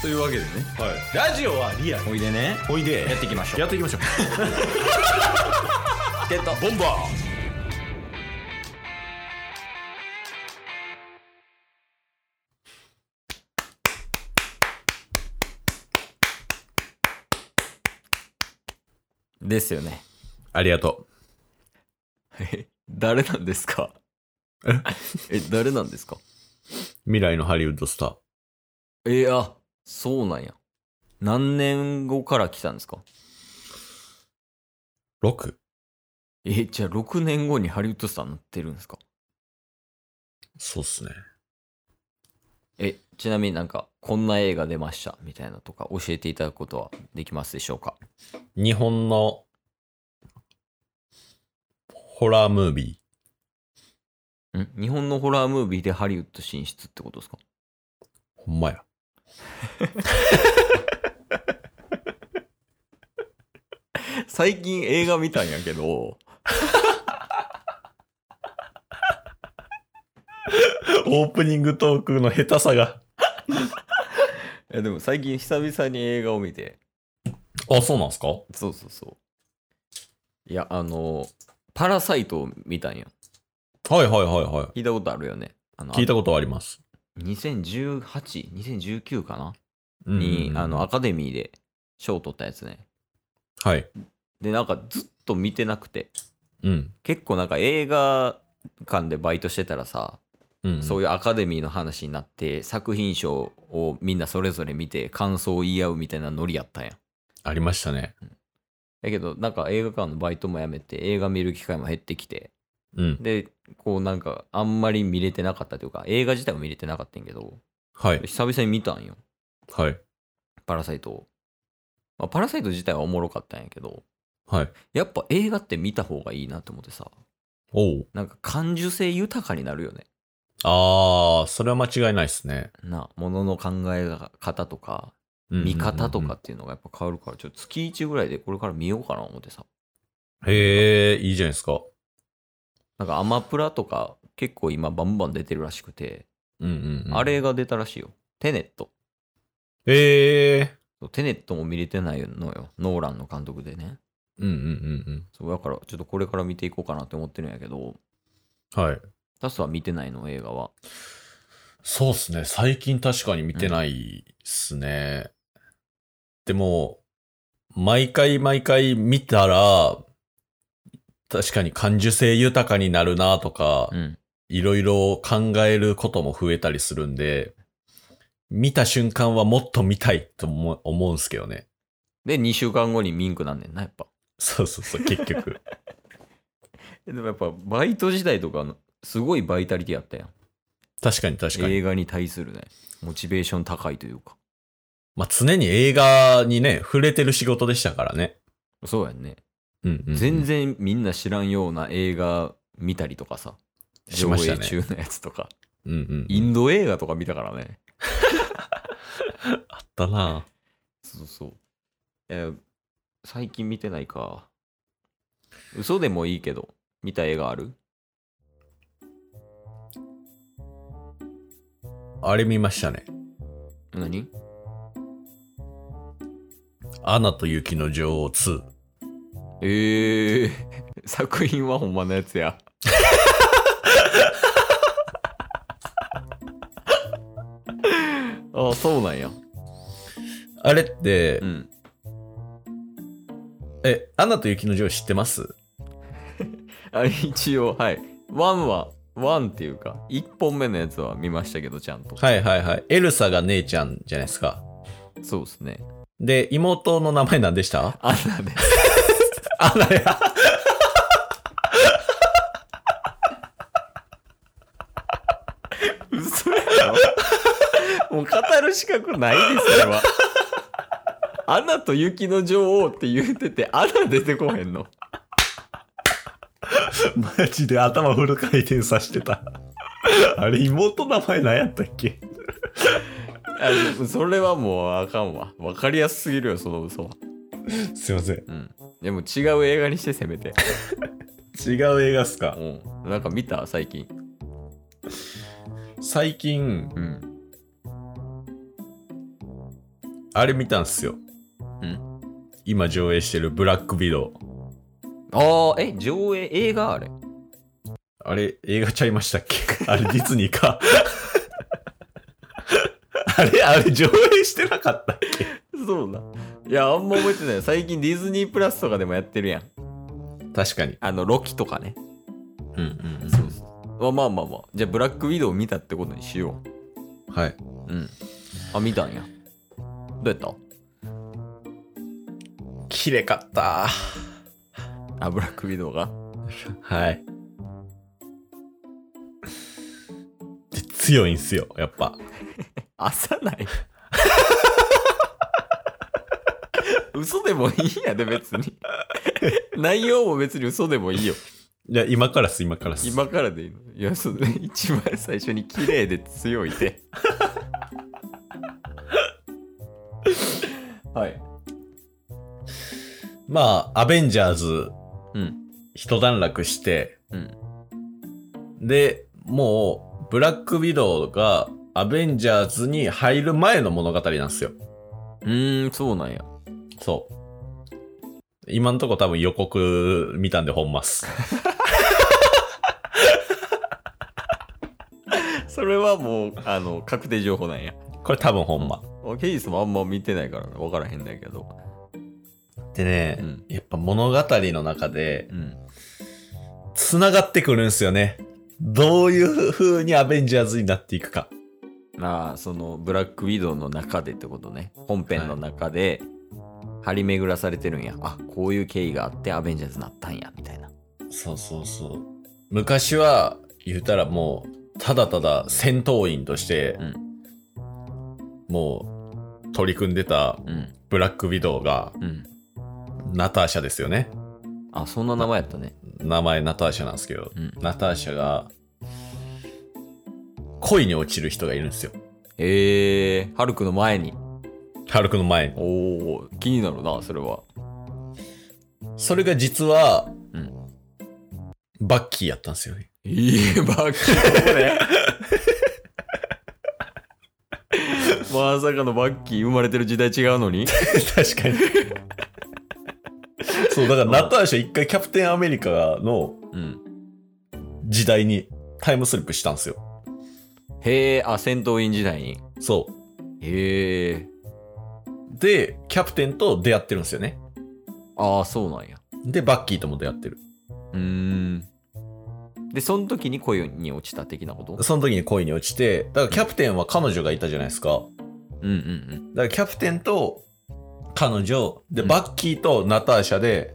というわけでねはい、ラジオはリアルおいでねおいでやっていきましょうやって いきましょうゲットボンバですよねーありがとえ 誰なんですか え誰なんですかう未来のハリウッドスターえー、あそうなんや何年後から来たんですか6えじゃあ6年後にハリウッドスターになってるんですかそうっすねえちなみになんかこんな映画出ましたみたいなとか教えていただくことはできますでしょうか日本のホラームービん日本のホラームービーでハリウッド進出ってことですかーほんまや最近映画見たんやけど オープニングトークの下手さがえでも最近久々に映画を見てあそうなんすかそうそうそういやあのパラサイトを見たんよはいはいはいは聞いたことあるよねあのい聞いたことあります20182019かなうんに、あのアカデミーで賞を取ったやつねはいでなんかずっと見てなくてうん、結構なんか映画館でバイトしてたらさ、うん、そういうアカデミーの話になって作品賞をみんなそれぞれ見て感想を言い合うみたいなノリやったんやありましたねだけどなんか映画館のバイトもやめて映画見る機会も減ってきてうんでこうなんかあんまり見れてなかったというか映画自体も見れてなかったんやけどはい久々に見たんよはいパラサイトを、まあ、パラサイト自体はおもろかったんやけどはいやっぱ映画って見た方がいいなと思ってさおうなんか感受性豊かになるよねああそれは間違いないっすねなものの考え方とかうんうんうんう見ん方とかっていうのがやっぱ変わるからちょっと月1ぐらいでこれから見ようかな思ってさへえいいじゃないですかなんかアマプラとか結構今バンバン出てるらしくて、うんうん、うん、あれが出たらしいよテネットへえそうテネットも見れてないのよノーランの監督でねうんうんうんそうだからちょっとこれから見ていこうかなって思ってるんやけどうんはいタスは見てないの映画はそうっすね。最近確かに見てないっすね。でも、毎回毎回見たら、確かに感受性豊かになるなとか、うんいろいろ考えることも増えたりするんで、見た瞬間はもっと見たいと思う思うんすけどね。で2週間後にミンクなんねんなやっぱそうそうそう、結局。でもやっぱバイト時代とかのすごいバイタリティあったやん確かに確かに。映画に対するねモチベーション高いというかまあ常に映画にね、触れてる仕事でしたからね。そうやんね、うんうんうん全然みんな知らんような映画見たりとかさし上ました映ね。中のやつとか、うんうん。インド映画とか見たからねあったなそうそうえー最近見てないか嘘でもいいけど見た映画あるあれ見ましたね。何アナと雪の女王2。えー、作品はほんまのやつ やああそうなんやあれって、うんえ、アナと雪の女王知ってますあ一応はいワンはワンっていうか1本目のやつは見ましたけどちゃんと、はいはいはい。エルサが姉ちゃんじゃないですか。そうですねで、妹の名前何でしたアナでアナや。嘘やろもう語る資格ないですそれはアナと雪の女王って言うててアナ出てこへんの マジで頭フル回転させてた。 あれ、妹の名前何やったっけあでもそれはもうあかんわ分かりやすすぎるよその嘘はすいません。うんでも違う映画にしてせめて違う映画っすかうんなんか見た最近最近、うんあれ見たんすよ。うん今上映してるブラックビドウ。ああ、え、上映、映画あれ。あれ、映画ちゃいましたっけ あれ、ディズニー か。あれ、あれ、上映してなかったっけ そうな。いや、あんま覚えてない。最近ディズニープラスとかでもやってるやん。確かに。あの、ロキとかね。うんうん、うん。そうそう。まあまあまあまあ。じゃあ、ブラックウィドウ見たってことにしよはい。う。うん。あ、見たんや。どうやっ綺麗かった。たあ、ブラックウィドウが。はい。で強いんすよ、やっぱ。朝ない嘘でもいいんやで、別に。内容も別に嘘でもいいよ。いや、今からっす、今からっす。今からでいいの。いや、そうね。一番最初に綺麗で強いで。はい。まあ、アベンジャーズ、うん。一段落して、うん。で、もう、ブラックビドウが、アベンジャーズに入る前の物語なんですよ。うーん、そうなんや。そう。今んとこ多分予告見たんで本ます。 それはもう、あの、確定情報なんや。これ多分本ま。ケイスもあんま見てないから分からへんだけど。でね、うんやっぱ物語の中で、うん。繋がってくるんですよね。どういう風にアベンジャーズになっていくか。まあ、その、ブラックウィドウの中でってことね。本編の中で、張り巡らされてるんや。あ、こういう経緯があって、アベンジャーズになったんや、みたいな。そうそうそう。昔は、言うたらもう、ただただ戦闘員として、うんもう、取り組んでたうん。ブラックビドウが、うん。ナターシャですよね。あ、そんな名前やったね。名前ナターシャなんですけど、うん。ナターシャが、恋に落ちる人がいるんですよ。えー、ハルクの前に。ハルクの前に。おー、気になるな、それは。それが実は、うん。バッキーやったんですよ ね。いいバッキーこれ。まさかのバッキー生まれてる時代違うのに確 かに。そう、だからナターシャ一回キャプテンアメリカのうん。時代にタイムスリップしたんですよ。へえ、あ、戦闘員時代に。そう。へえ。で、キャプテンと出会ってるんですよね。ああ、そうなんや。で、バッキーとも出会ってる。うーん。で、その時に恋に落ちた的なことその時に恋に落ちて、だからキャプテンは彼女がいたじゃないですか。うんうんだからキャプテンと彼女で、うんバッキーとナターシャで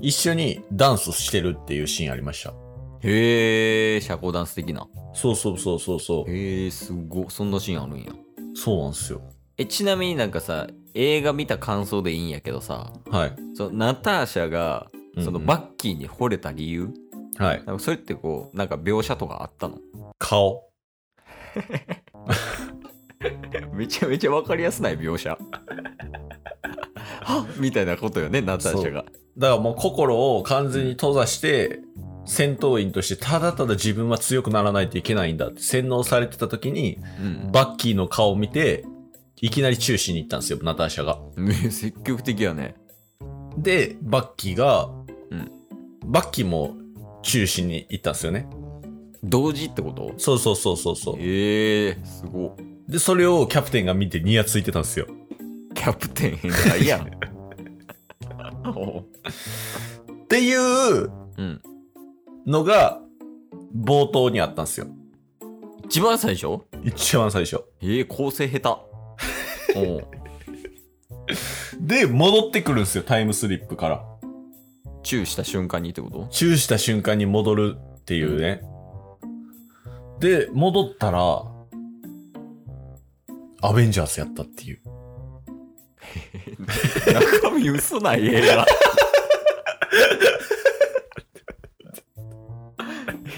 一緒にダンスしてるっていうシーンありましたうん。へえ、社交ダンス的な。そうそうそうそうそうへえ、すごい。そんなシーンあるんや。そうなんですよえ、ちなみになんかさ、映画見た感想でいいんやけどさ、はいそのナターシャが、そのうんうんバッキーに惚れた理由、はいなんかそれってこう、なんか描写とかあったの顔 めちゃめちゃわかりやすない描写。はっみたいなことよね、ナターシャが。だからもう心を完全に閉ざして戦闘員としてただただ自分は強くならないといけないんだって洗脳されてた時にうんバッキーの顔を見ていきなり中止に行ったんですよナターシャがね積極的やね。でバッキーが、うんバッキーも中止に行ったんですよね同時ってことそうそうそうそうそうええー、すごい。で、それをキャプテンが見てニヤついてたんですよ。キャプテン変態やん。 おうっていううん。のが冒頭にあったんですよ。一番最初一番最初。ええー、構成下手。おうで、戻ってくるんですよ、タイムスリップから。チューした瞬間にってことチューした瞬間に戻るっていうね。で、戻ったら、アベンジャーズやったっていう。中身嘘ない映画。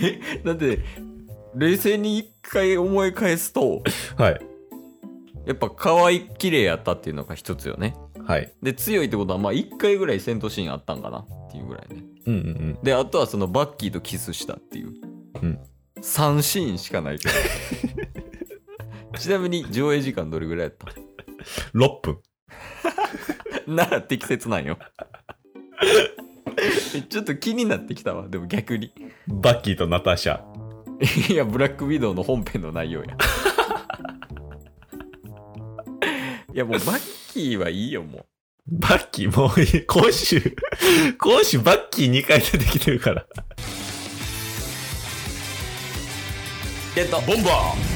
えだって冷静に一回思い返すとはい。やっぱ可愛い綺麗やったっていうのが一つよねはい。で強いってことはまあ1回ぐらい戦闘シーンあったんかなっていうぐらいねうんうんであとはそのバッキーとキスしたっていう、うん 3シーンしかないけどちなみに上映時間どれぐらいやった6分。なら適切なんよ。 ちょっと気になってきたわ、でも逆に。 バッキーとナターシャ。いや、ブラックウィドウの本編の内容や。 いや、もうバッキーはいいよ、もバッキーもういい、今週、今週バッキー2回出てきてるから。う。ゲットボンバー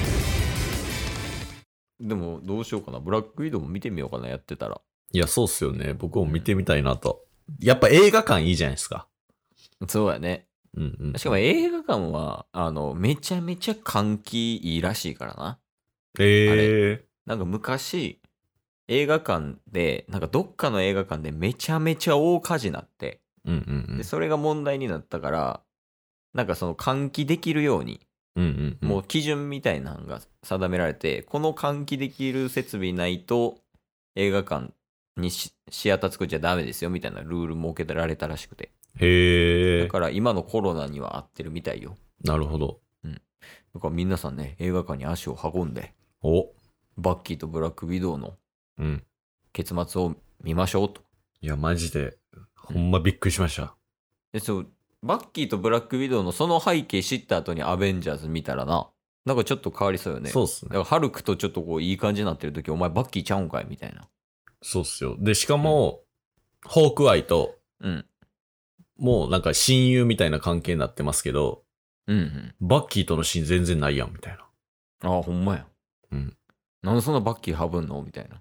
でも、どうしようかな。ブラックウィドウも見てみようかな、やってたら。いや、そうっすよね。僕も見てみたいなと。やっぱ映画館いいじゃないですか。そうやね。うんうん。しかも映画館は、あの、めちゃめちゃ換気いいらしいからな。えなんか昔、映画館で、なんかどっかの映画館でめちゃめちゃ大火事なって、ー。うんうんうんで、。それが問題になったから、なんかその換気できるように、うんうんうん。もう基準みたいなのが定められて、この換気できる設備ないと映画館にシシアター作っちゃダメですよみたいなルール設けられたらしくて。へだえ。から今のコロナには合ってるみたいよ。なるほど。だから皆さんね、映画館に足を運んで、お。バッキーとブラックウィドウのうん。結末を見ましょうと。いや、マジで、ほんまびっくりしました。でそうバッキーとブラックウィドウのその背景知った後にアベンジャーズ見たらな、なんかちょっと変わりそうよね。そうっすだね。からハルクとちょっとこういい感じになってる時、お前バッキーちゃうんかいみたいな。そうっすよ。で、しかも、ホークアイと、うん。もうなんか親友みたいな関係になってますけど、うんうん。バッキーとのシーン全然ないやん、みたいな。ああ、ほんまや。うん。なんでそんなバッキーはぶんのみたいな。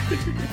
す